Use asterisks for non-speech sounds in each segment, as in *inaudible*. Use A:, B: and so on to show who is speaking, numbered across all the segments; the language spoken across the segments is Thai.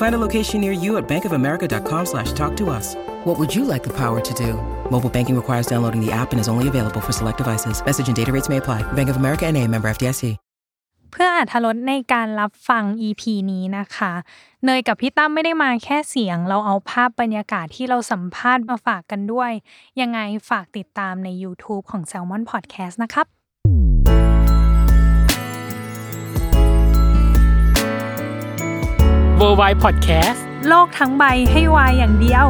A: Find a location near you at bankofamerica.com slash talk to us. What would you like the power to do? Mobile banking requires downloading the app and is only available for select devices. Message and data rates may apply. Bank of America and a member FDIC.
B: เพื่ออาธรสในการรับฟัง EP นี้นะคะ เนยกับพี่ตั้มไม่ได้มาแค่เสียง เราเอาภาพบรรยากาศที่เราสัมภาษณ์มาฝากกันด้วย ยังไงฝากติดตามใน YouTube ของ Salmon Podcast นะครับ
C: w o r l d w i d e Podcast
B: โลกทั้งใบให้วายอย่างเดียว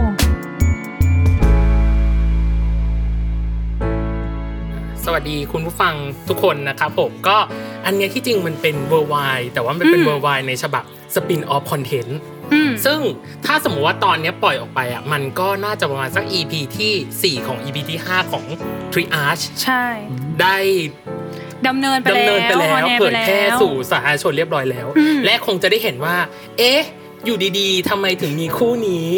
C: สวัสดีคุณผู้ฟังทุกคนนะครับผมก็อันเนี้ยที่จริงมันเป็น w o r l d w i d e แต่ว่ามันเป็น
B: อืม
C: w o r l d w i d e ในฉบับ Spin Off Content
B: อืม
C: ซึ่งถ้าสมมติว่าตอนเนี้ยปล่อยออกไปอ่ะมันก็น่าจะประมาณสัก EP ที่ 4 ของ EP ที่ 5 ของ Tree Arch
B: ใช่
C: ได้
B: ดำเนินไปแล้ว
C: ดำเนินไปแล้
B: ออ
C: วน
B: อร์
C: เผ
B: ไป
C: ย
B: ล้ว
C: แพร่สู่สาธารณชนเรียบร้อยแล้ว
B: อืม
C: และคงจะได้เห็นว่า เอ๊ะ อยู่ดีๆทำไมถึงมีคู่นี้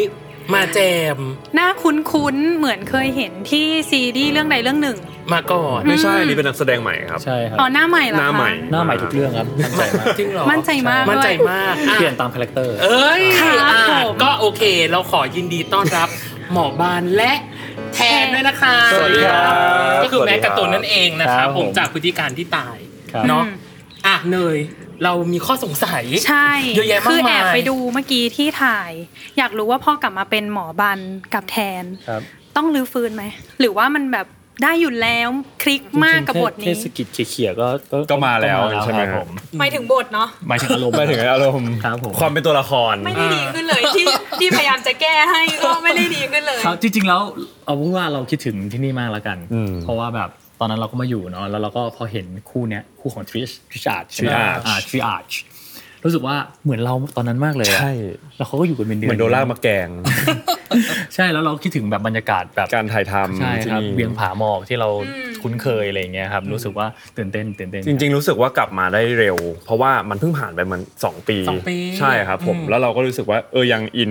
C: มาแจม
B: หน้าคุ้นๆ เหมือนเคยเห็นที่ซีรีส์เรื่องใดเรื่องหนึ่ง
C: มาก่อน
B: อื
D: ไม่ใช่อันนี่เป็นนักแสดงใหม่ครับ
E: ใช่ครับ
B: อ๋อหน้าใหม่เหรอ
D: หน้า
B: คะ
D: ใหม่
E: หน้าใหม่ทุกเรื่องครับมั่นใจมาก
C: จริงเหรอ
B: มั่นใจมากด้วย
C: มั่นใจมากอ่ะ
E: เปลี่ยนตามคาแรคเตอร์
C: เอ้ย
B: ครับ
C: อ่ะ
B: ผม
C: ก็โอเค เราขอยินดีต้อนรับ หมอบานและแทนด้วยนะคะ
E: สวัสดีครับ
C: ก็คือแม็กการ์ตูนนั่นเองนะค
E: ครั
C: รับบ ผ
E: ผม ม
C: จากพฤติการที่ตาย
E: ครับ
C: เนาะ
B: อืม
C: อ่ะเนย เรามีข้อสงสัย
B: ใช่
C: เยอะแยะมากมาย
B: คือแอบไปดูเมื่อกี้ที่ถ่าย อยากรู้ว่าพ่อกลับมาเป็นหมอบันกับแทน
E: ครับ
B: ต้องรื้อฟื้นไหม หรือว่ามันแบบได้อยู่แล้วคลิกมากกับบท
E: เท
B: นี้
E: ศกิจเขี่ยๆก็
D: ก็มาแล้วใช่ไหม
E: ครับผม
F: หมายถึงบทเนาะ
E: หมายถึงอารมณ์
D: หมายถึงอารมณ์
E: ครับผม
D: ความเป็นตัวละคร
F: ไม่ได้ดีขึ้นเลยที่ที่พยายามจะแก้ให้ก็ไม่ได้ดีขึ้นเลย
E: ครับจริงๆแล้วเอาพูดว่าเราคิดถึงที่นี่มากแล้วกัน
D: อืม
E: เพราะว่าแบบตอนนั้นเราก็มาอยู่เนาะแล้วเราก็พอเห็นคู่เนี้ยคู่ของทริชทริชอาร์ช
D: Triage
E: ทริอาร์ชรู้สึกว่าเหมือนเราตอนนั้นมากเลยอะ
D: ใช่
E: แล้วเขาก็อยู่กันเป็นเดือน
D: เหมือนโดนลากมา
E: *laughs*
D: แกล้ง
E: ใช่แล้วเราคิดถึงแบบบรรยากาศแบบ
D: การถ่ายท
E: ใช่
D: ำที่
E: ครับ
D: นี่
E: เวียงผาหมอกที่เราคุ้นเคยอะไรอย่างเงี้ยครับรู้สึกว่าตื่นเต้นตื่นเต้น
D: จริง ๆ รู้สึกว่ากลับมาได้เร็ว เพราะว่ามันเพิ่งผ่านไปมันสองปี
C: สองปี
D: ใช่ครับผม
C: อืม
D: แล้วเราก็รู้สึกว่าเออยังอิน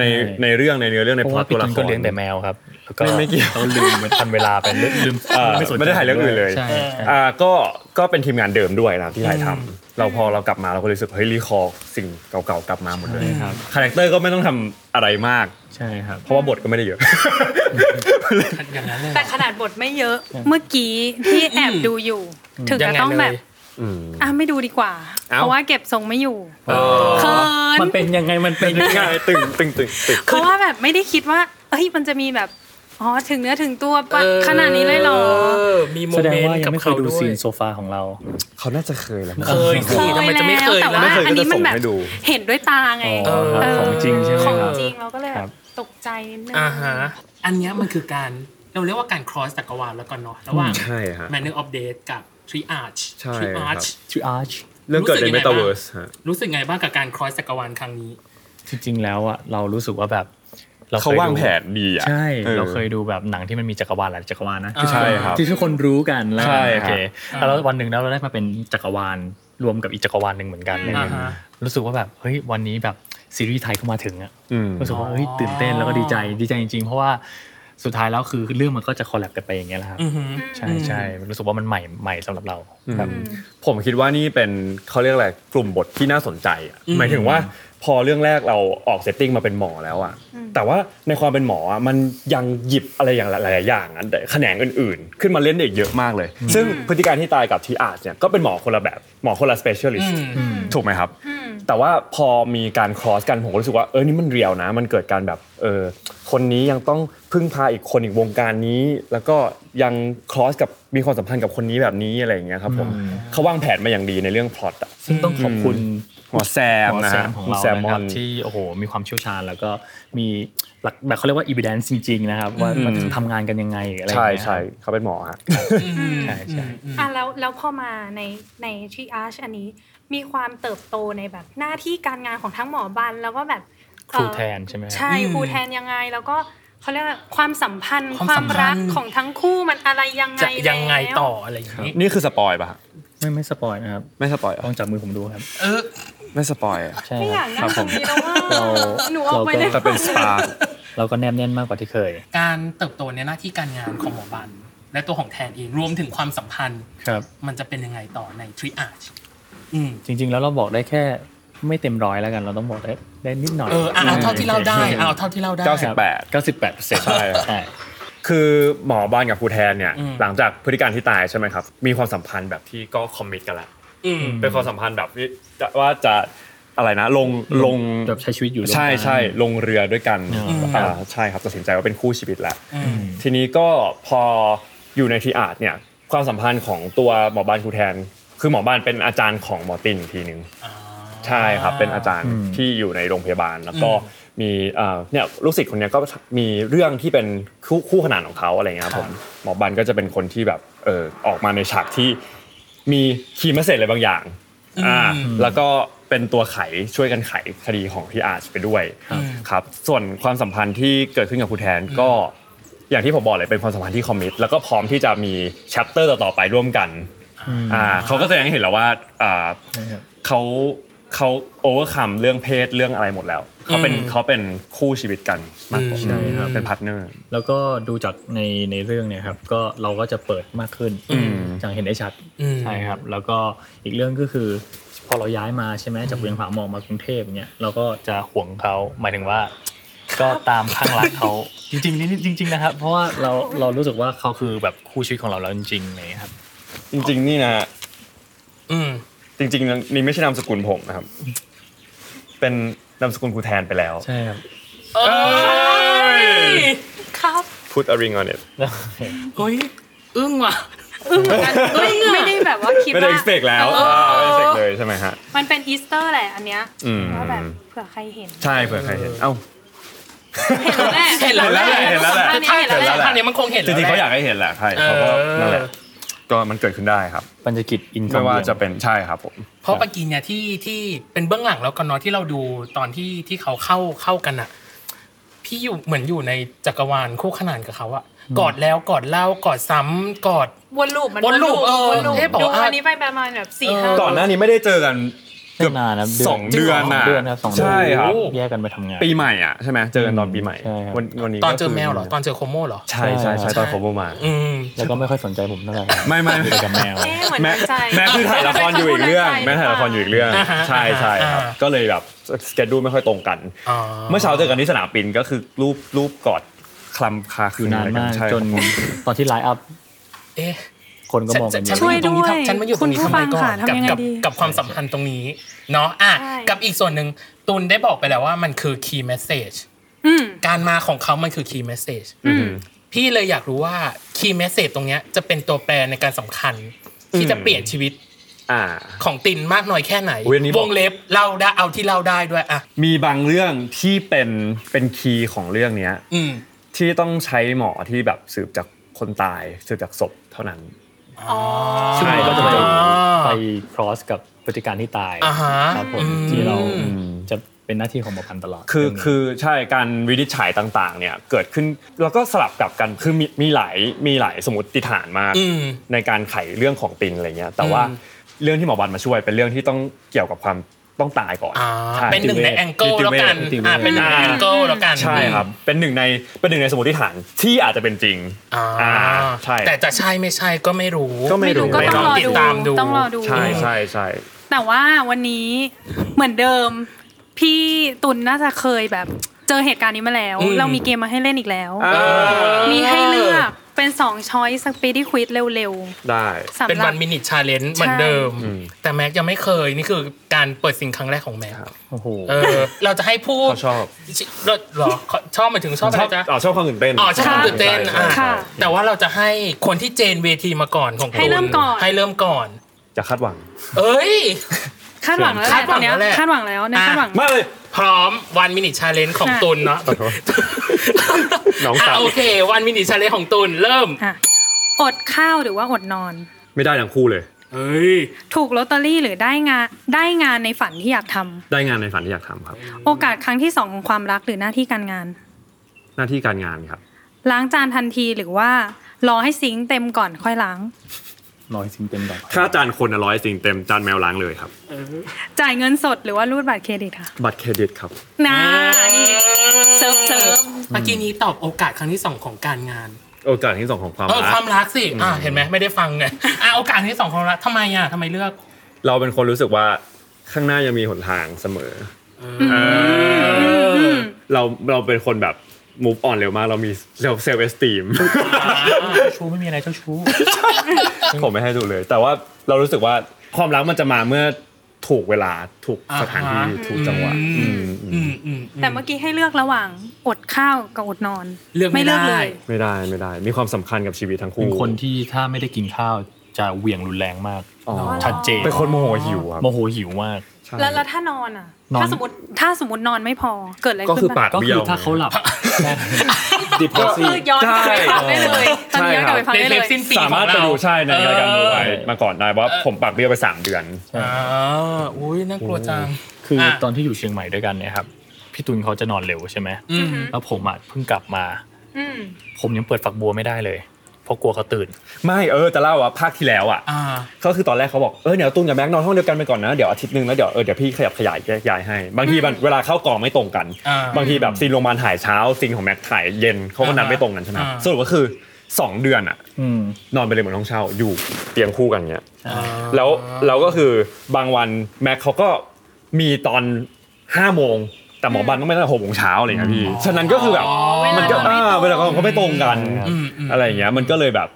D: ในในเรื่องในเนื้อเรื่องใน
E: เพ
D: พ
E: ราะ
D: ล็อ
E: ว่า
D: ต
E: พี่
D: ตัว
E: ตุ
D: ละ
E: น
D: ค
E: ก็
D: ร
E: เลี้ยงแต่แมวครับแล้วก็
D: ไม่ไม่เกี่ยว
E: เราลืมมันทันเวลาไปลืมลืม
D: เอ่อ
E: สนใจ
D: ไม่ได้ถ่ายเรื่องอื่นเลย
E: ใช่ใช่
D: อ่าก็ก็เป็นทีมงานเดิมด้วยนะที่ถ่ายทำเราพอเรากลับมาเราก็รู้สึกเฮ้ยรีคอร์สิ่งเก่าๆกลับมาหมดเลย
E: ครับ
D: คาแรคเตอร์ก็ไม่ต้องทำอะไรมาก
E: ใช่ครับ
D: เพราะว่าบทก็ไม่ได้เยอะ *laughs*
C: อย่างนั้นเลย
F: แต่ขนาดบทไม่เยอะ
B: เมื่อกี้ที่แอบดูอยู่ ถึง
C: ยั
B: จะ
C: ไ
B: ต้องแบบ
C: เลย
D: อืม
B: อ่ะไม่ดูดีกว่า
D: เอ้า
B: เพราะว่าเก็บทรงไม่อยู่เขิน
E: มันเป็นยังไงมันเป็นยังไง
D: ง่ายตึงตึงตึงตึง
B: เพราะว่าแบบไม่ได้คิดว่าเอ้ยมันจะมีแบบอ๋อถึงเนื้อถึงตัวปะ
C: เออ
B: ขนาดนี้เลยเหรอ
C: มีโม
E: แสดง
C: เมน
E: ว่า
C: ต์
E: ยั
C: กับ
E: งไม่เค
C: เขา
E: ยดู
C: ด้วย
E: ซีนโซฟาของเรา
D: เขาน่าจะเคยแล้วมั้ง
C: เคยสิทำไมจะไม่เคย
B: แต่
C: ล่ะ
B: ว่า
D: ไม่เคย
B: อันนี้มันแบบ
D: ก็จะส่งให้ดู
B: เห็นด้วยตาไง
E: อ๋อครับ
B: เออ
E: ของจริงใช่ไหม
B: ของ
E: ครับ
B: จริงเราก็เลยแบ
E: ครับ บ
B: ตกใจนิดนึง
C: อ่าฮะ อันเนี้ยมันคือการเราเรียกว่าการ cross จักรวาลแล้วกันเนาะระหว่าง
D: ใช่ฮะ
C: Manner of Death กับ Tree Arch
D: ใช่
C: Tree Arch
E: ทริอาร์ช
D: เรื่องเกิดในเมตาเวิร์สฮะ
C: รู้สึกไงบ้างกับการ cross จักรวาลครั้งนี้
E: จริงๆแล้วอ่ะเรารู้สึกว่าแบบค
D: เขา
E: ยดู
D: วางแผนดีอ่ะ
E: ใช่
D: ออ
E: เราเคยดูแบบหนังที่มันมีจักรวาลหลายจักรวาลนะ
D: ใช่ครับ
E: ที่ทุกคนรู้กันแล้ว
D: ใช่
E: โอเค
C: ครับ
E: แล้ววันหนึ่งแล้วเราได้มาเป็นจักรวาลรวมกับอีกจักรวาลหนึ่งเหมือนกันอะไรเงี้ย
C: อ่าฮะ
E: รู้สึกว่าแบบเฮ้ยวันนี้แบบซีรีส์ไทยเข้ามาถึงอะ
D: อืม
E: รู้สึกว่าเฮ้ยตื่นเต้นแล้วก็ดีใจดีใจจริงๆ เพราะว่าสุดท้ายแล้วคือเรื่องมันก็จะคอลแลบกันไปอย่างเงี้ยแหละครับ
C: อือฮึ
E: ใช่ใช่รู้สึกว่ามันใหม่ใหม่สำหรับเรา
D: อืม
E: ครับ
D: ผมคิดว่านี่เป็นเขาเรียกอะไรกลุ่มบทที่น่าสนใจอะ
C: อืม
D: หมายถึงว่าพอเรื่องแรกเราออกเซตติ้งมาเป็นหมอแล้วอ่ะแต่ว่าในความเป็นหมออะมันยังหยิบอะไรอย่างหลายๆอย่างอะแต่แขนงอื่นๆ ขึ้นมาเล่นได้อีกเยอะมากเลย ซึ่งพฤติการที่ตายกับทีอาร์เนี่ยก็เป็นหมอคนละแบบหมอคนละสเปเชียลิสต์
C: อืม
D: ถูกไหมครับ แต่ว่าพอมีการ cross กันผมก็รู้สึกว่า เออ นี่มันเรียวนะ มันเกิดการแบบ เออคนนี้ยังต้องพึ่งพาอีกคนอีกวงการนี้ แล้วก็ยังคลอสกับมีความสัมพันธ์กับคนนี้แบบนี้อะไรอย่างเงี้ยครับผม
E: อืม
D: เขาวางแผนมาอย่างดีในเรื่องพล็อตอะ
E: ซึ่งต้องขอบคุณ
D: หัวแซม
E: หัว
D: นะ
E: แซมของเรา
D: หัวแซมม
E: นะค
D: อ
E: รับ
D: น
E: ที่โอ้โหมีความเชี่ยวชาญแล้วก็มีหลักแบบเขาเรียกว่า evidence จริงๆนะครับว่ามันทำงานกันยังไงอะไรอย่าง
D: ใช่
E: เงี้ย
D: ใช่เขาเป็นหมอฮะ
E: ใช่ใช่
F: อ่ะแล้วแล้วพอมาในในชีอาร์ชอันนี้มีความเติบโตในแบบหน้าที่การงานของทั้งหมอบันแล้วก็แบบ
E: ครู
F: เอ่อ
E: แทนใช่ไหมครับ
F: ใช่ครูแทนยังไงแล้วก็เขาเรียกว่าความสัมพันธ์
C: ค
F: ควา
C: วามสั
F: ม
C: มพันธ์
F: รักของทั้งคู่มันอะไรยังไง
C: จะยังไง
F: แล้ว
C: ต่ออะไรอย่างนี้
D: นี่คือสปอยป่ะฮะ
E: ไม่ไม่สปอยนะครับ
D: ไม่สปอยเหร
E: ลอ
D: อ่ะ
E: งจับมือผมดูครับ
C: เออ
D: ไม่สปอยอ่ะ
E: ใช่
F: ไม่อยาก
E: ค
F: นั่
E: รั
F: ง
E: บ
F: ต
E: ผ
F: รง
E: ม
F: นี้แล้วว่า
E: เรา
F: หนูออกไป
E: เราก็
F: ได้
D: จะเป็นส
F: *laughs*
D: ปาร์ค
E: เราก็แนบแน่นมากกว่าที่เคย
C: การเติบโตในหน้าที่การงานของหมอบัน และตัวของแทนเองรวมถึงความสัมพันธ์
E: ครับ
C: มันจะเป็นยังไงต่อในทริอาชอืม
E: จริง ๆ แล้วเราบอกได้แค่ไม่เต็มร้อยแล้วกันเราต้องบอกได้ได้นิดหน่อย
C: เออเอาเอาเท่าที่เล่าได้เอาเท่าที่เล่าได้
E: 98 98เปอร์เซ็นต์
D: ใช่
E: ใช่
D: คือหมอบานกับครูแทนเนี่ย
C: อืม
D: หลังจากพฤติการที่ตายใช่ไหมครับ มีความสัมพันธ์แบบที่ก็คอมมิตกันละ
C: อืม
D: เป็นความสัมพันธ์แบบที่จะว่าจะอะไรนะลงลง
E: แบบใช้ชีวิตอยู่ร่วมกัน
D: ใช่ใช่ลงเรือด้วยกัน
E: อืม
D: อ่าใช่ครับตัดสินใจว่าเป็นคู่ชีวิตแล้ว
C: อืม
D: ทีนี้ก็พออยู่ในทีอาร์ตเนี่ยความสัมพันธ์ของตัวหมอบานครูแทน คือหมอบานเป็นอาจารย์ของหมอตินอีกทีหนึ่ง ใช่ครับเป็นอาจารย์
E: อืม
D: ที่อยู่ในโรงพยาบาลแล้วก็มีเอ่อเนี่ยลูกศิษย์คนเนี้ยก็มีเรื่องที่เป็นคู่คู่ขนานของเขาอะไรเงี้ยครับ
C: ครับ
D: ผมหมอบันก็จะเป็นคนที่แบบเออออกมาในฉากที่มีคีย์เมสเซจอะไรบางอย่างอ่าแล้วก็เป็นตัวไขช่วยกันไขคดีของพี่อาร์ชไปด้วยครับส่วนความสัมพันธ์ที่เกิดขึ้นกับครูแทนก็อย่างที่ผมบอกเลยเป็นความสัมพันธ์ที่คอมมิตแล้วก็พร้อมที่จะมีแชปเตอร์ต่อๆไปร่วมกันอ่าเขาก็แสดงให้เห็นแล้วว่าอ่า เขาเขาโอเวอร์คัมเรื่องเพศเรื่องอะไรหมดแล้ว เขาเป็น
C: อืม
D: เขาเป็นคู่ชีวิตกันมากกว่า
C: อืมใช่ครับ
D: เป็นพาร์ทเนอร์
E: แล้วก็ดูจากในในเรื่องเนี่ยครับก็เราก็จะเปิดมากขึ้น
D: ม
E: อย่างเห็นได้ชัด
C: อืม
E: ใช่ครับ แล้วก็อีกเรื่องก็คือ พอเราย้ายมาใช่ไหมจากเวียงผาหมองมากรุงเทพเนี่ยเราก็จะห่วงเขาหมายถึงว่า ก็ตามข้างรักเขา *laughs* จริงๆนี่จริง ๆ นะครับ เพราะว่าเราเรารู้สึกว่าเขาคือแบบคู่ชีวิตของเราแล้วจริงๆเลยครับ
D: จริง ๆ นี่นะฮะ
C: อืม
D: จริง ๆ นี่ไม่ใช่นามสกุลผมนะครับ เป็นนามสกุลครูแทนไปแล้ว
E: ใช่ครับ
F: ครับ
D: พูด a ring on it
E: แล้ว
C: เฮ้ย อึ้งว่ะ
F: ไม่ได้แบบว่าคิด
D: ไม่ได้
F: ว่า
D: expect แล้ว
F: เออ
D: ไม่ได้ expect เลยใช่ไหมฮะ
F: มันเป็นอีสเตอร์แหละอันเนี้ย
D: อืม
F: ว่าแบบเผื่อใครเห็น
D: ใช่เผื่อใครเห็นเอ้า
F: เห็นแล้วแหละ
C: เห็นแล้วแหละ
D: เห็นแล้วแห
F: ภาพนี้เห็น
C: เห็
D: ละ
C: น
F: แล้วแหละ
C: แล้วแหละภาพนี้มันคงเห็น
D: จ
C: แล้ว
D: ริงๆเขาอ
C: แหละ
D: ยากให้เห็นแหละใช่เขาก็
C: เออ
D: นั่นแหละก็มันเกิดขึ้นได้ครับ
E: ปัญจกิจอินค
D: ไม่
E: อม
D: ว่า
E: เบียน
D: จะเป็นใช่ครับผม
C: เพราะปากีเนี่ยที่ที่เป็นเบื้องหลังแล้วกันเนาะที่เราดูตอนที่ที่เขาเข้าเข้ากันอะพี่อยู่เหมือนอยู่ในจักรวาลคู่ขนานกับเขาอะกอดแล้วกอดเล่ากอดซ้ำกอด
F: วนลูปมัน
C: วนลูปเออ
F: วนลูป
C: เอ๊ะบอก
F: ดู
C: ว่า
F: อันนี้ไปประมาณแบบสี่ห้า
D: ก่อนหน้านี้ไม่ได้เจอกัน
E: ไม่นานนะเดืน
D: สองเดือนน่ะ
E: สงเดือนครับสองเดืน
D: ใช่ครับ
E: แยกกันไปทำงาน
D: ปีใหม่อ่ะใช่ไหมเจอกันตอนปีใหม่
E: ใช่ครับ
D: วันวันนี้
C: ตอนเจอ
D: ก็คื
C: แมวเหรอ ตอนเจอโคโม่เหรอ
D: ใช่ใช่ใช่ตอนผมมา
C: อืม
E: แล้วก็ไม่ค่อยสนใจผมเท่าไหร่ครับ
D: ไม่ไม่
E: ไปกับแมว
F: เอ๊ะเหมือน
D: แม่
F: น้อยใจ
D: แม่คือถ่ายละครอยู่อีกเรื่องแม่ถ่ายละครอยู่อีกเรื่อง
C: อ่าฮะ
D: ใช่ใช่ครับ
C: อ่าฮะ
D: ก็เลยแบบสเกจดูไม่ค่อยตรงกัน
C: อ๋อ
D: เมื่อเช้าเจอกันที่สนามบินก็คือรูปรูปกอดคลำคาคื
E: อนยู่นาน
D: อะไรกั
E: มาน ก
D: ใช่
E: จนตอนที่ไลน์อัพ
C: เอ๊ะ
E: คนก็มองกันเย
C: ฉั
E: อะ
C: นมาอตรง
B: ช่วยด้
C: นี้ทำ
B: วย
C: ฉันมาอยู่ตรงนี้
B: คุณผู้
C: ทำไม
B: ฟัง
C: ก่อ
B: ค่ะ
C: น
B: ทำ
C: กั
B: ยังไง
C: กับ
B: ดี
C: กับความสัมพันธ์ตรงนี้เนาะอ่ะ
F: ใช่
C: กับอีกส่วนหนึ่งตุนได้บอกไปแล้วว่ามันคือ key message
F: อืม
C: การมาของเขามันคือ key message
D: อือหือ
C: พี่เลยอยากรู้ว่า key message ตรงเนี้ยจะเป็นตัวแปรในการสำคัญ ที่
D: อืม
C: จะเปลี่ยนชีวิต
D: อ่า
C: ของตินมากน้อยแค่ไหน
D: อุ๊ยอันนี้บอก
C: วงเล็บเล่าได้เอาที่เล่าได้ด้วยอ่ะ
D: มีบางเรื่องที่เป็นเป็นคีย์ของเรื่องเนี้ย
C: อืม
D: ที่ต้องใช้หมอที่แบบสืบจากคนตายสืบจากศพเท่านั้น
C: อ๋อ
E: ซึ่งมันก็จะไป
C: อ๋อ
E: ไป cross กับพฤติการที่ตาย
C: อ่าฮะ
E: ครับผม
C: อืม
E: ที่เราจะเป็นหน้าที่ของหมอพันตลอด
D: คือ
E: เรื่งนี้
D: คือใช่การวินิจฉัยต่างๆเนี่ยเกิดขึ้นแล้วก็สลับกลับกันคือมีมีหลายมีหลายสมมติฐานมาก
C: อืม
D: ในการไขเรื่องของตินอะไรเงี้ยแต่ว่า
C: อืม
D: เรื่องที่หมอบันมาช่วยเป็นเรื่องที่ต้องเกี่ยวกับความต้องตายก่อน
C: อ่า
D: ใช่
C: เป็นหนึ่งใน
E: นิติเว
C: แองเกิลแล้ว
E: ช
C: กัน
E: นิติเวช
C: อ่าเป็นหนึ่งในแองเกิลแล้วกัน
D: ใช่ครับเป็นหนึ่งในเป็นหนึ่งในสมมติฐานที่อาจจะเป็นจริง
C: อ่า
D: อ่าใช่
C: แต่จะใช่ไม่ใช่ก็ไม่รู้
D: ก็ไม่รู้
F: ก็
C: ไม่
F: ต้
C: ต้
F: อ
C: อง
F: ร
C: ง
F: อ
C: ติด
F: ดู
C: ตามดู
F: ต้องรอดู
D: ใช่ใช่ใช่
F: แต่ว่าวันนี้เหมือนเดิม พี่ตุลน่าจะเคยแบบเจอเหตุการณ์นี้มาแล้ว
C: อืม
F: เรามีเกมมาให้เล่นอีกแล้ว
D: อ่า
F: มีให้เลือก ไป เป็นสองช้อยสปีดที่ควิดเร็ว
D: ได้
F: ๆสำ
C: เป็น
F: หรั
C: วั
F: บ
C: นมินิชาเลนจ์เหมือนเดิม
D: อืม
C: แต่แม็กยังไม่เคย นี่คือการเปิดสิ่งครั้งแรกของแม็ก
E: โอ้โห
C: เออ เราจะให้ผู้
D: เขาชอบ
C: เราเหรอขอชอบหมายถึงชอบอะไรจ๊ะ
D: อ๋อชอบความตื่นเต้น
C: อ๋อชอบความตื่นเต้น
D: ใช่ใช่
C: อ่ะ
D: ใช่
F: ค่ะ
C: แต่ว่าเราจะให้คนที่เจนเวทีมาก่อนของ
F: ให้เริ่ม
C: ตู
F: ก่อน
C: ให้เริ่มก่อน
D: จะคาดหวัง
C: เอ้ย
F: คาดหวังแล้วแหละ
C: คาดห
F: ตอง น
C: วั
F: เนี้ย
C: แล้วแหละ
F: คาดหวังแล้วใน
C: อ่ะ
F: คาดหวัง
D: มาเลย
C: พร้อมวันมินิชาเลนจ์ของ
F: ค่ะ
C: ตุนเนาะ
D: ขอโทษน้องสาว
C: ะโอเควันมินิชาเลนจ์ของตุนเริ่ม
F: อ่ะอดข้าวหรือว่าอดนอน
D: ไม่ได้ทั้งคู่เลย
C: เอ้ย
F: ถูกลอตเตอรี่หรือได้งานได้งานในฝันที่อยากทำ
D: ได้งานในฝันที่อยากทำครับ
F: โอกาสครั้งที่สองของความรักหรือหน้าที่การงาน
D: หน้าที่การงานครับ
F: ล้างจานทันทีหรือว่ารอให้ซิงค์เต็มก่อนค่อยล้าง
E: น้อยซิงเต็มดอก
D: ค่าจานคนร้อยสิ่งเต็มจานแมวล้างเลยครับ
F: จ่ายเงินสดหรือว่ารูดบัตรเครดิตค่ะ
D: บัตรเครดิตครับ
F: นะนี่เซิร์ฟเซิร์ฟ
C: เมื่อกี้นี้ตอบโอกาสครั้งที่สองของการงาน
D: โอกาสที่สองของความ
C: เออ
D: รั
C: ควาก มรักสิ อ่าเห็นไหมไม่ได้ฟังไงอ่าโอกาสที่สองของรักทำไมอ่ะทำไมเลือก
D: เราเป็นคนรู้สึกว่าข้างหน้ายังมีหนทางเสมอเอออเราเราเป็นคนแบบ move on เร็วมาก เรามี self self esteem
E: เจ้าชู้ไม่มีอะไรเจ้าชู้
D: *laughs* ผมไม่ให้ดูเลย แต่ว่าเรารู้สึกว่าความรักมันจะมาเมื่อถูกเวลาถูกสถานที่ถูกจังหวะ
C: อืม
D: อืม
C: อื
D: อื
C: ม
D: ม
C: อืม
F: แต่เมื่อกี้ให้เลือกระหว่างอดข้าวกับอดนอน
C: เลือกไม่
F: ไม่เลือก
C: ได้
F: เลย
D: ไม่ได้ไม่ได้ มีความสำคัญกับชีวิตทั้งคู่
E: เป็นคนที่ถ้าไม่ได้กินข้าวจะเหวี่ยงรุนแรงมาก
D: อ๋อ
E: ชัดเจน
D: เป็นคนโมโหหิวครับ
E: โมโหหิวมาก
D: ใช่
F: แล้วแล้วถ้านอนอ่ะ
E: นอน
F: ถ้าสมมติถ้าสมมตินอนไม่พอเกิดอะไร
D: ก็
F: ขึ้น
D: คือ
F: บ้าง
D: ปาก
E: ก็
D: เบี้
E: คื
D: ยว
E: อถ้าเขาหลับ
D: ดิบ
F: ก็
D: ซี่
F: คือย้อนกลับไปฟังได้เลยตอ
D: ใช่
F: นนี้ย้อนกลับไปฟัง
C: ใน
F: ได้
C: เท
F: เล
C: ป
F: ย
C: สิ้นปีข
D: สา
C: อ
D: มารถ
C: ง
D: ไป
C: เรา
D: ดูใช่ในรายการดูไว้
C: เออ
D: มาก่อนได้ว่าผมปากเบี้ยวไปสามเดือน
C: อ่าอุ้ยน่ากลัวจัง
E: คืออะ ตอนที่อยู่เชียงใหม่ด้วยกันเนี่ยครับพี่ตุลเขาจะนอนเร็วใช่ไหม
C: อืม
E: แล้วผมอ่ะเพิ่งกลับมา
F: อืม
E: ผมยังเปิดฝักบัวไม่ได้เลย เพราะกลัวเขาตื่น
D: ไม่เออจะเล่าว่าภาคที่แล้วอ่ะ
C: อ่า
D: ก็คือตอนแรกเขาบอกเออเดี๋ยวตุ้นกับแม็กนอนห้องเดียวกันไปก่อนนะเดี๋ยวอาทิตย์หนึงแล้วเดี๋ยวเออเดี๋ยวพี่ขยับขยายแยกย้ายให้ บางทีมันเวลาเข้ากองไม่ตรงกัน
C: อ่า
D: บางทีแบบซีนโรงพยาบาลถ่ายเช้าซีนของแม็กถ่ายเย็นเขาก็นัดไม่ตรงกันใช่ไหม
C: อ่า
D: สรุปก็คือสองเดือนอ่ะ
E: อืม
D: นอนไปเลยเหมือนห้องเช่าอยู่เตียงคู่กันเนี้ย
C: อ่า
D: แล้วเราก็คือบางวันแม็กเขาก็มีตอน5้าโมงแต่หมอบันก็ไม่ได้หกโมงเช้าอะไรอย่างเงี้ยพี่ฉะนั้นก็คือแบบมันก็อ่าเวลาเขาไม่ตรงกัน
C: อืมอืม
D: อะไรอย่างเงี้ยมันก็เลยแบบ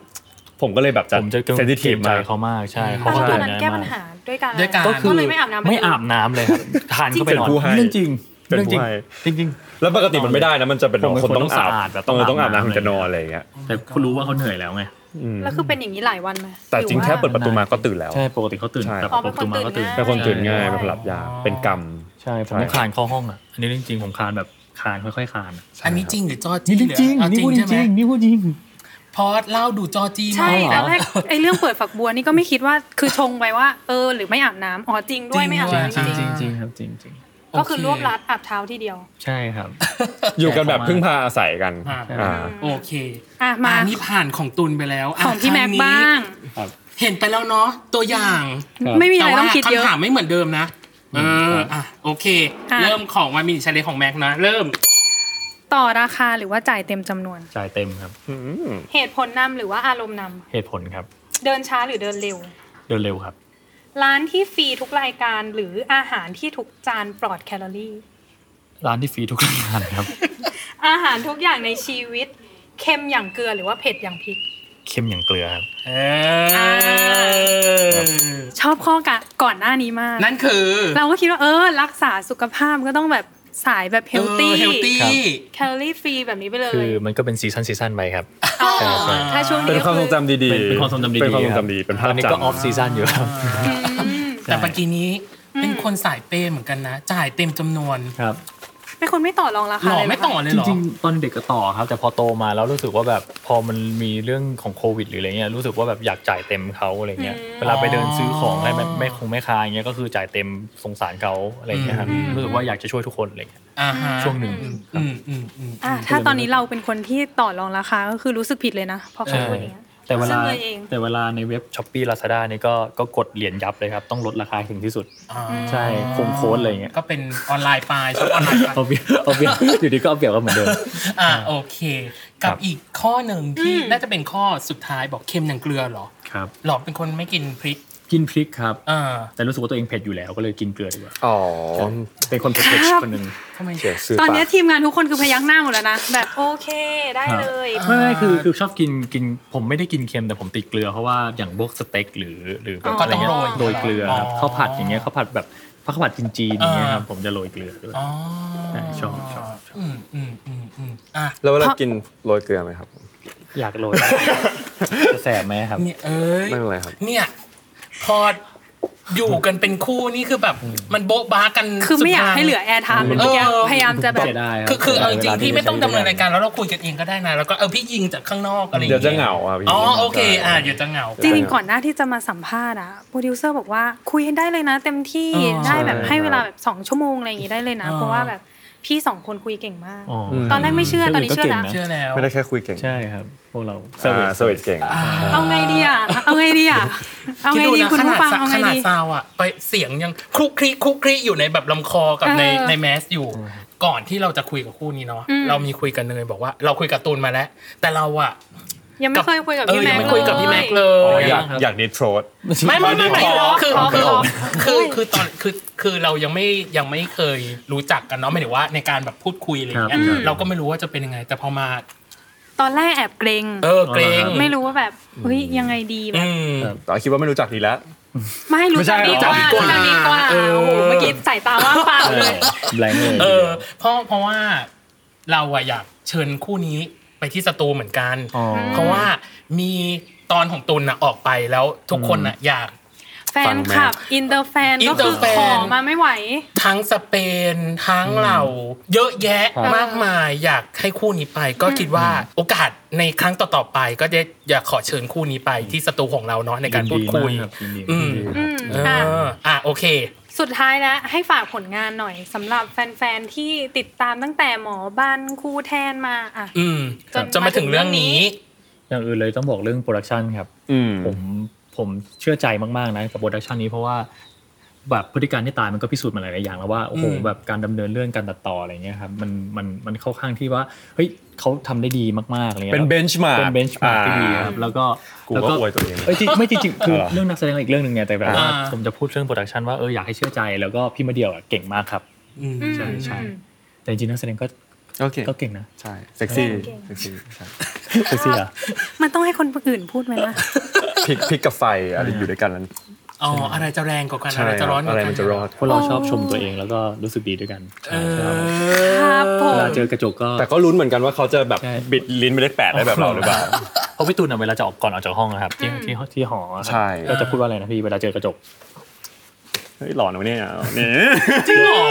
D: ผมก็เลยแบบจะ
E: ผมจะเกรง
D: เซนซิทีฟ
E: ใจ
D: มาก
E: เขามากใช่เขา
F: แต่
E: ก็
F: ว่าตอ
E: ตื่
F: น
E: น
F: นั้น
E: ง่าย
F: แก้ปั
E: มา
F: ญ
E: ก
F: หาด้วยการ
C: ด้วยการ
F: ก็เลยไม่อาบน้ำ
E: ไม่อาบน้ำเลยครับทานก็ไปนอน
D: จริงๆเป็นผู้ให้
E: เรื่องจริง
D: เป็น
E: เรื่อง
D: ผู้
E: จริง
D: ให้
E: จริงจริง
D: แล้วปกติมันไม่ได้นะมันจะเป็น
E: ผมเป็น
D: คน
E: คน
D: ต้อง
E: ต้อ
D: อา
E: งสะอาด
D: บ
E: แบบ
D: ต้องต้องอาบ
E: ต้
D: น้ำถึ
E: องอาบน้ำ
D: งจะนอนอะไรอย่างเงี้ย
E: ๆแต่คุณรู้ว่าเขาเหนื่อยแล้วไง
D: อืม
F: แล้วคือเป็นอย่างนี้หลายวันไหม
D: แต่จริง
F: หอว่า
D: แค่เปิดประตูมาก็ตื่นแล้ว
E: ใช่ปกติเขาตื่น
D: ใช่
E: แต่
F: อ๋อ
E: ป
F: เป็น
E: ก
F: คน
E: ติมาก็ตื่น
F: ตื่นง่าย
D: เป็น
F: ใช่
D: คนตื่นง่ายเป็นคนหลับยากเป็นกรรม
E: ใช่ผม
D: ใช่
E: ต้องคลานเข้าห้องอ่ะอันนี้เรื่องจริงผมคลานแบบคลานค่อยๆคลาน
C: อันนี้จริงหรือจอ
E: นี่
C: จี้
E: เรื่องจริง
C: หอ
E: นี่พูด
C: เอาจ
E: จ
C: ริงใช่
E: ริง
C: ไหม
E: นี่พูดจริง
C: พอเล่าดูจอจี้
F: ใช่
C: มาก
F: ตอนแรกไอ้เรื่องเปิดฝักบัวนี่ก็ไม่คิดว่าคือชงไว้ว่า เออหรือไม่อาบน้ำอ๋อจริงด้วยไม่อาบน้ำจ
E: จ
F: ริ
E: ริง
F: ง
E: จริงจริงครับจริงจริง
F: ก็คือรวบรัดอาบเท้าทีเดียว
E: ใช่ครับ
D: อยู่กันแบบพึ่งพาอาศัยกัน
C: อ่า
D: อ่า
C: โอเค
F: อ่ะมา
C: อันนี้ผ่านของตุนไปแล้วะ
F: ของพี่แม็ก
C: ครั้นี้
F: บ้าง
C: เห็นไปแล้วเนาะตัวอย่าง
F: ไม่มีอะไร
C: แต่
F: ต้อง
C: ว่า
F: คิดเยอะ
C: คำถามไม่เหมือนเดิมนะ เออ อ่ะ โอเค
F: ค่ะ
C: เริ่มของวันมินิชาเลนจ์ของแม็กซ์นะ เริ่ม
F: ต่อราคาหรือว่าจ่ายเต็มจำนวน
E: จ่ายเต็มครับ
F: เหตุผลนำหรือว่าอารมณ์นำ
E: เหตุผลครับ
F: เดินช้าหรือเดินเร็ว
E: เดินเร็วครับ
F: ร้านที่ฟรีทุกรายการหรืออาหารที่ทุกจานปลอดแคลอรี่
E: ร้านที่ฟรีทุกรายการครับ
F: อาหารทุกอย่างในชีวิต เค็มอย่างเกลือหรือว่าเผ็ดอย่างพริก
E: เข้มอย่างเกลือครับ
C: เอ
F: อ่
C: อ
F: ชอบข้อกะก่อนหน้านี้มาก
C: นั่นคือ
F: เราก็คิดว่าเออ รักษาสุขภาพก็ต้องแบบสายแบบเฮลตี้
C: เฮลตี้
E: ครับ
F: แคลอรี่ฟรีแบบนี้ไปเลย
E: คือมันก็เป็นซีซันซีซันไปครับ
F: อ๋อ
C: ใช่ใช่
F: ถ้าช่วงนี้
D: เป็นความทรงจำดีๆ
E: เป็นเป็นความทรงจำดีๆ
D: เป็นความทรงจำดี
E: รับ
D: เป็นภา
E: ต
D: พ
E: อนนี้
D: จำ
E: ก็ออฟซีซันอยู่ครับ
F: อืม
C: แต่ปกี้นี้เป็นคนสายเปย์เหมือนกันนะ จ่ายเต็มจำนวน
E: ครับ
F: เป็นคนไม่ต่อรองราคา
C: หล่อ
F: เลย
C: ไม่
F: เหร
C: ต่อ
F: อคะ
C: เลย
E: จ
C: เหรอ
E: ริงๆ ตอนเด็กก็ต่อครับ แต่พอโตมาแล้วรู้สึกว่าแบบพอมันมีเรื่องของโควิดหรืออะไรเงี้ยรู้สึกว่าแบบอยากจ่ายเต็มเขาอะไรเงี้ยเวลาไปเดินซื้อของให้แม่แม่คงแม่ค้าอย่างเงี้ยก็คือจ่ายเต็มสงสารเขาอะไรเงี้ยครับ
C: อืม
E: รู้สึกว่าอยากจะช่วยทุกคนอะไรเงี้ย
C: อ่าฮะ
E: ช่วงหนึ่ง
C: อืมอืมอืม
F: อ่ะถ้าตอนนี้เราเป็นคนที่ต่อรองราคาก็คือรู้สึกผิดเลยนะพอเขา
E: ใช่
F: พูดอย่างเงี้ย
E: แต่เวลา
F: ซื้อเลยเอง
E: แต่เวลาในเว็บช้อปปี้ลาซาด้านี่ก็ก็กดเหรียญยับเลยครับ ต้องลดราคาให้ถึงที่สุด
C: อ่า
E: ใช่โคงโค้ดอะไรเงี้ย
C: ก็เป็นออนไล
E: *laughs*
C: น์ไปชอบออนไลน์ไป
E: เอาเปรียบเอาเปรียบอยู่ดีก็เอาเปรียบกันเหมือนเดิม
C: อ่าโอเค กับ
E: ครับ
C: อีกข้อหนึ่งที่น่าจะเป็นข้อสุดท้ายบอกเค็มอย่างเกลือเหรอ
E: ครับ
C: หลอกเป็นคนไม่กินพริก
E: กินพริกครับ
C: อ่า
E: แต่รู้สึกว่าตัวเองเผ็ดอยู่แล้วก็เลยกินเกลือดีกว่า
D: อ๋อ
E: เป็นคนเผ็ดๆคนหนึ่ง
C: ทำไม
D: เสียซื้อ
F: ตอน
D: ปาก
F: เนี้ยทีมงานทุกคนคือพยักหน้าหมดแล้วนะ แบบโอเคได้เลย
C: อ่า
E: ไม่ไม่คือคือชอบกินกินผมไม่ได้กินเค็มแต่ผมติดเกลือเพราะว่าอย่างพวกสเต็กหรือหรือแบบ
F: ก็
E: อะไร
F: ต้อง
E: เงี้ย
F: โรย
E: โรยเกลือครับ
C: อ๋อ
E: ข้าวผัดอย่างเงี้ยข้าวผัดแบบข้าวผัดจีนๆอย่างเงี้ยครับ
C: อ่า
E: ผมจะโรยเกลือด้วย
C: อ๋อ
E: ใช่ชอบชอบชอบ
C: อืมอืมอืมอืมอ่ะ
D: แล้วเวลากินโรยเกลือไหมครับ
E: อยากโรย *laughs* จะแสบไหมครับ
C: เนี่ยเอ้ย
D: ไม่เป็นไรครับ
C: เนี่ย พออยู่กันเป็นคู่นี่คือแบบมันโบ๊ะบ้ากัน
F: คือไม่อยาก
C: สุดทง
F: ให้เหลือแอร์ไทม์เลยเมื่อกี้
C: เออ
F: พยายามจะแบบ
E: เสียดายครับ
C: คือคือเอาจริง
E: วล
C: ๆพี่ไม่ต้องดำเนินรายการ
E: ใช้
C: แล้วเราคุยกันเองก็ได้นะแล้วก็เออพี่ยิงจากข้างนอกอะไรอย่าง
D: เดี๋ยว
C: เงี้ย
D: จะเหงาอ่ะพี่
C: อ๋อโอเค อ่าเดี๋ยวจะเหงา
F: จริงๆก่อนหน้าที่จะมาสัมภาษณ์อะโปรดิวเซอร์บอกว่าคุยให้ได้เลยนะ เต็มที่
C: อ๋อ
F: ได้แบบ
D: ใช่
F: ให้เวลาแบบสองชั่วโมงอะไรอย่างงี้ได้เลยนะ
C: อ๋อ
F: เพราะว่าแบบพี่สองคนคุยเก่งมาก
E: อ๋ออ
D: ม
F: ตอนแรกไม่เชื่อตอนนี้เชื่อแล้ว
C: เชื่อแล้ว
D: ไม่ได้แค่คุยเก่ง
E: ใช่ครับพวกเรา
D: เซอร์วิสเซอร์วิสเก่ง
F: เอาไงดีอะเอาไงดีอะเอาไงดี
C: นะ
F: คุณ
C: ขนา
F: ผู้
C: ด
F: ฟัง
C: สะ
F: เอา
C: ข
F: ไง
C: นาด
F: ดี
C: ซาวอะไปเสียงยังคลุกคลิกคลุกคลิกอยู่ในแบบลำคอกับใน
F: เออ
C: ในแมสอยู่ ก่อนที่เราจะคุยกับคู่นี้เนาะ
F: อืม
C: เรามีคุยกันเนยบอกว่าเราคุยกับตูนมาแล้ว แต่เราอะ
F: ยังไม่เคยคุยกับ
C: เอ
F: พี่
C: อ
F: แม็
C: ยัง
F: กซ์
C: ไม่คุยกับพี่แม็กซ์เล
D: อ๋อย อยากอยากนิโทรด
C: ไม่ไม่ไม่ไม่
D: อ๋อ
C: คือ
F: อ๋อ
C: คือ
F: อ๋อ
C: คือคือตอนคือคือเรายังไม่ยังไม่เคยรู้จักกันเนาะหมายถึงว่าในการแบบพูดคุยอะไรอย่างเงี้ย
F: ครับ
C: เราก็ไม่รู้ว่าจะเป็นยังไง แต่พอมา
F: ตอนแรกแอบเกรง
C: เออเกรง
F: ไม่รู้ว่าแบบเฮ้ยยังไงดีแบ
C: อื
F: บ
C: ม
D: แต่คิดว่าไม่รู้จักดีแล้ว
F: ไม่รู้จักดีกว่า
C: ไม่ใช่หรอ
F: รู้จักดีกว่า
C: เออ
F: โอ้โหเมื่อกี้สายตาว่างเปล่า
E: เอ
F: เล
E: อย แบงค์เลย
C: เออเพราะเพราะว่าเราอะอยากเชิญคู่นี้ไปที่สตูเหมือนกัน
E: อ๋อ
C: เพราะว่ามีตอนของตุลนะออกไปแล้วทุกคนนะอยาก
F: แฟนคลับอินเตอร์แฟนก็คือขอมาไม่ไหว
C: ทั้งสเปนทั้งเหล่าเยอะแยะ
E: ครับ
C: มากมายอยากให้คู่นี้ไป ก็คิดว่าโอกาสในครั้งต่อๆไป ก็จะอยากขอเชิญคู่นี้ไปที่สตูของเราเนาะในการพูดคุย
E: ยินดีมากครับยินดี
C: อืม
F: อืม
C: เอ
F: ค่ะ
C: ออ่ะโอเค
F: สุดท้ายแล้วให้ฝากผลงานหน่อยสำหรับแฟนๆที่ติดตามตั้งแต่หมอบ้านครูแทนมาอ่ะ
C: อืม
F: จน
C: จะมาถึงเรื่องนี้
E: อย่างอื่นเลยต้องบอกเรื่องโปรดักชันครับ
D: อืม
E: ผมผมเชื่อใจมาก ๆ นะ กับโปรดักชันนี้เพราะว่าแบบพฤติการที่ตายมันก็พิสูจน์มาหลายๆอย่างแล้วว่าโอ้โห
C: อืม
E: แบบการดำเนินเรื่องการตัดต่ออะไรเงี้ยครับมันมันมันเข้าข้างที่ว่าเฮ้ยเขาทำได้ดีมากๆอะไรเงี้ย
D: เป็น benchmark
E: เป็นเบนช์มาร์กที่ดีครับแล้วก็
D: กูก็อวยตัวเอง
E: เอ้ยจริงไม่จริงๆคือ
D: เออ
E: เรื่องนักแสดงอีกเรื่องหนึ่งไงแต่แบบว่า
C: อ่า
E: ผมจะพูดเรื่องโปรดักชันว่าเอออยากให้เชื่อใจแล้วก็พี่มาเดียวอะเก่งมากครับ
C: อืม
E: ใช่ใช่
F: อืม
E: แต่จริงๆนักแสดงก็
D: โอเค
E: ก็เก่งนะ
D: ใช่เซ็กซี่
F: เก่ง
D: เซ็กซี่ใช่
E: คือเสีย
F: มันต้องให้คนอื่นพูดไหมล่ะ
D: พริกพริกกับไฟอะไรอยู่ด้วยกันนั้น
C: อ๋ออะไรจะแรงกว่ากันอะ
D: ใช่
C: ไรจะร้อนก
D: อะ
C: ว่า
D: ไร
C: กั
D: มันจะรอด
E: คนเรา
F: โอ้
E: ชอบชมตัวเองแล้วก็รู้สึกดีด้วยกัน
C: เอ
E: ใช่ค
F: ค
C: อ
E: รับ
F: รับผ
E: เว
F: ม
E: ลาเจอกระจกก็
D: แต่ก็ลุ้นเหมือนกันว่าเขาจะแบบ
E: ใช่
D: บิดลิ้นไปเลขแปดได้แบบเราหรือเปล่า
E: เพราะพี่ตูนอะเวลาจะออกก่อนออกจากห้องอะครับที่ที่ที่หออะครับ
D: ใช่
E: ก็จะพูดว่าอะไรนะพี่เวลาเจอกระจก
D: เฮ้ยหลอนวะเนี่ยเนี่ย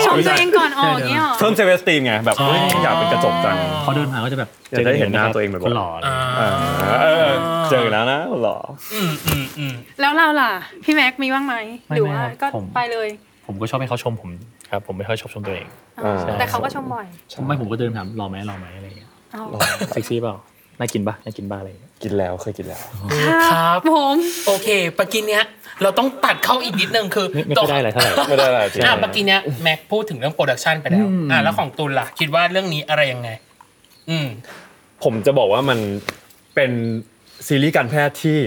F: ชมตัวเองก่อนออกเนี่ยหรอ
D: *laughs* เพิ่มเซเวสตีมไงแบบเฮ้ยอยากเป็นกระจกจัง
E: พอเดินผ่านก็จะแบบ
D: อยากได้เห็นหน้า
E: จกัะครับ
D: ตัวเองบ่อยๆ
E: คนหล่ออะไร
C: อ่า
E: เงี้ย
D: อ่าเออเจอแล้วนะหล่อ
C: อืมอืมอืม
F: แล้วเราล่ะ พี่แม็กมีบ้างไหมหรือว่าก็ไปเลย
E: ผมก็ชอบให้เขาชมผมครับผมไม่ค่อยชอบชมตัวเอง
D: อ่า
F: แต่เขาก็ชมบ่อย
E: ทำไมผมก็เดินถามหล่อไหมหล่อไหมอะไรเงี้ย
F: อ๋อ
E: เซ็กซี่เปล่าน่ากินปะน่ากินปะอะไรเงี้ย
D: กินแล้วเคยกินแล้ว
C: ครับ
F: ผม
C: โอเคปะกินเนี้ยเราต้องตัดเข้าอีกนิดนึงคือ
E: ไม่ไม่ค่อยได้อะไรเท่าไหร่
D: ไม่ได้อะไรจริง
C: อ่ะเมื่อกี้เนี้ยแม็กพูดถึงเรื่องโปรดักชันไปแล้ว
E: อืม
C: อ่ะแล้วของตุลล่ะ คิดว่าเรื่องนี้อะไรยังไง อืม
D: ผมจะบอกว่ามันเป็นซีรีส์การแพทย์ที่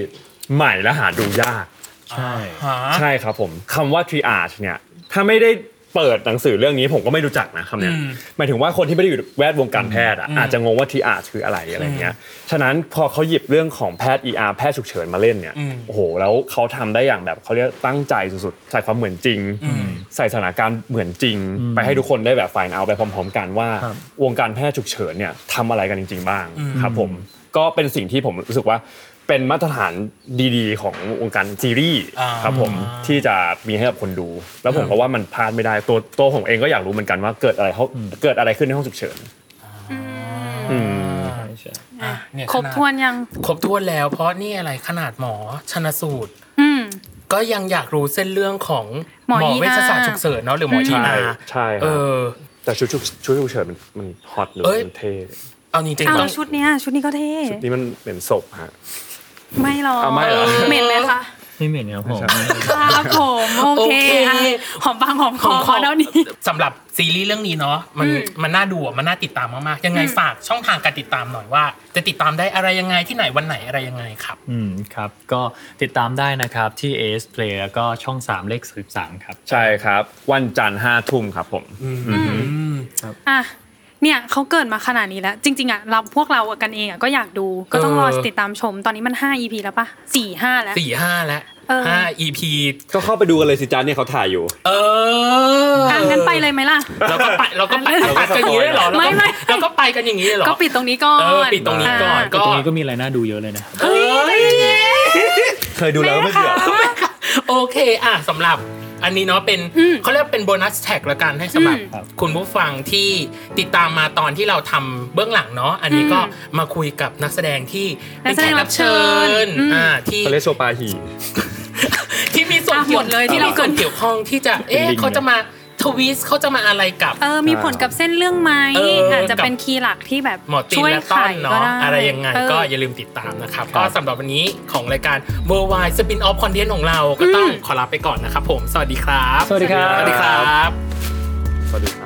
D: ใหม่และหาดูยาก
E: ใช่
C: หา
D: ใช่ครับผมคำว่า triage เนี่ยถ้าไม่ได้เปิดหนังสือเรื่องนี้ผมก็ไม่รู้จักนะคำเนี้ย
C: อืม
D: หมายถึงว่าคนที่ไม่ได้อยู่แวดวงการแพทย์อะ
C: อืม
D: อาจจะงงว่า triage คืออะไรอะไรเงี้ยฉะนั้นพอเขาหยิบเรื่องของแพทย์ ER แพทย์ฉุกเฉินมาเล่นเนี่ยโอ้โหแล้วเขาทำได้อย่างแบบเขาเรียกตั้งใจสุดๆใส่ความเหมือนจริง ใส่สถานการณ์เหมือนจริง ไปให้ทุกคนได้แบบไฟน์เอาไปพร้อม ๆ กันว่า วงการแพทย์ฉุกเฉินเนี่ยทำอะไรกันจริง ๆ บ้างครับผมก็เป็นสิ่งที่ผมรู้สึกว่าเป็นมาตรฐานดี ๆ ของวงการซีรีส์
C: อ่า
D: ครับผม ที่จะมีให้กับคนดู แล้วผมก็ว่ามันพลาดไม่ได้ตัวตัวผมเองก็อยากรู้เหมือนกันว่าเกิดอะไรเขาเกิดอะไรขึ้นในห้องฉุกเฉินอืม
E: ใช่ใช่
C: อ่ะเนี่ย
F: ครบ
C: ขนาด
F: ทวนยัง
C: ครบถ้วนแล้ว เพราะนี่อะไรขนาดหมอชนสูตร
F: อืม
C: ก็ยังอยากรู้เส้นเรื่องของ
F: หมอ ER
C: เวชศาสตร์ฉุกเฉินเนาะหรือหมอที
D: ใช่
C: นา
D: ใช่ค
C: เอ
D: รับ
C: อ
D: แต่ชุดฉุกชุดฉุกเฉินมันมันฮอตหรือ
C: เอ้ย
D: มันเท่
C: เอาจริง
F: เอา
C: ๆต้อง
F: ชุดเนี้ยชุดนี้ก็เท่
D: ชุดนี้มันเหมือนศพฮะ
F: ไม่หรอก
D: เอาไม่เหรอ
F: เหม็นไหมคะ
E: ไม่เหม็นครับผม
B: ครับผมโอเคอ่ะหอมปากหอมคอขอเท่านี้
C: สำหรับซีรีส์เรื่องนี้เนาะมัน
F: อืม
C: มันน่าดูอะมันน่าติดตามมากๆยังไง
F: อืม
C: ฝากช่องทางการติดตามหน่อยว่า จะติดตามได้อะไรยังไงที่ไหนวันไหนอะไรยังไงครับ
E: อืมครับ ก็ติดตามได้นะครับที่ AS Play แล้วก็ช่อง 3 เลข33ครับ
D: ใช่ครับ วันจันทร์ห้าทุ่มครับผมอืม
C: อืม
F: อ่ะเนี่ยเขาเกิดมาขนาดนี้แล้ว จริง ๆอ่ะเราพวกเรากันเองอ่ะก็อยากดูก็ต้องรอ
C: เออ
F: ติดตามชมตอนนี้มัน 5 EP แล้วปะ4 5แล้ว
C: สี่ห้าแล้ว
F: เออ
C: ห้า EP
D: ก็เข้าไปดูกันเลยสิจานเนี่ยเขาถ่ายอยู่
C: เออ
F: อ่ะงั้นไปเลยไหมล่ะ
C: เราก็ไปเราก็ไปเราก็ไปกันอย่างนี้เลยเหรอเราก็
F: ไม่ไม่
C: เราก็ไปกันอย่างนี้เลยเหรอ
F: ก็ปิดตรงนี้ก่อน
C: เออปิดตรงนี้ก่อน
E: ก็ตรงนี้ก็มีอะไรน่าดูเยอะเลยนะ
C: เอ้ย
D: เคยดูแล้วไม่เบื่อ
C: โอเคอ่ะสำหรับอันนี้เนาะเป็นเขาเรียกว่าเป็นโบนัสแท็กละกันให้สำหรับ
E: ครับ
C: คุณผู้ฟังที่ติดตามมาตอนที่เราทำเบื้องหลังเนาะอันนี้ก็มาคุยกับนักแสดงที่เป็นแขกรับเชิญอ่าที่
D: ทะเลโซปาหี
C: ที่มีส่วน
F: อ่ะห
C: เกี่ยว
F: มดเลยที่เราเกิด
C: มีส่วนเกี่ยวข้องที่จะเอ๊ะ
E: เป็นลิงก์
C: เขาจะมาทวีสเขาจะมาอะไรกับ
F: เออมีผลกับเส้นเรื่องไหม
C: เอออ
F: อาจจะเป็นคีย์หลักที่แบบ
C: หมอตีน
F: ช่วย
C: และ
F: ไข
C: ต้อน
F: ก็
C: เนาะ
F: ได้
C: อะไรยังไง
F: เออ
C: ก็อย่าลืมติดตามนะครับ ก็สำหรับวันนี้ของรายการ Worldwide Spin Off Content ของเราก็ต้องขอลาไปก่อนนะครับผม สวัสดีครับ
E: สวัสดีครับ
C: สวัสดีครับ
D: สวัสดีครับ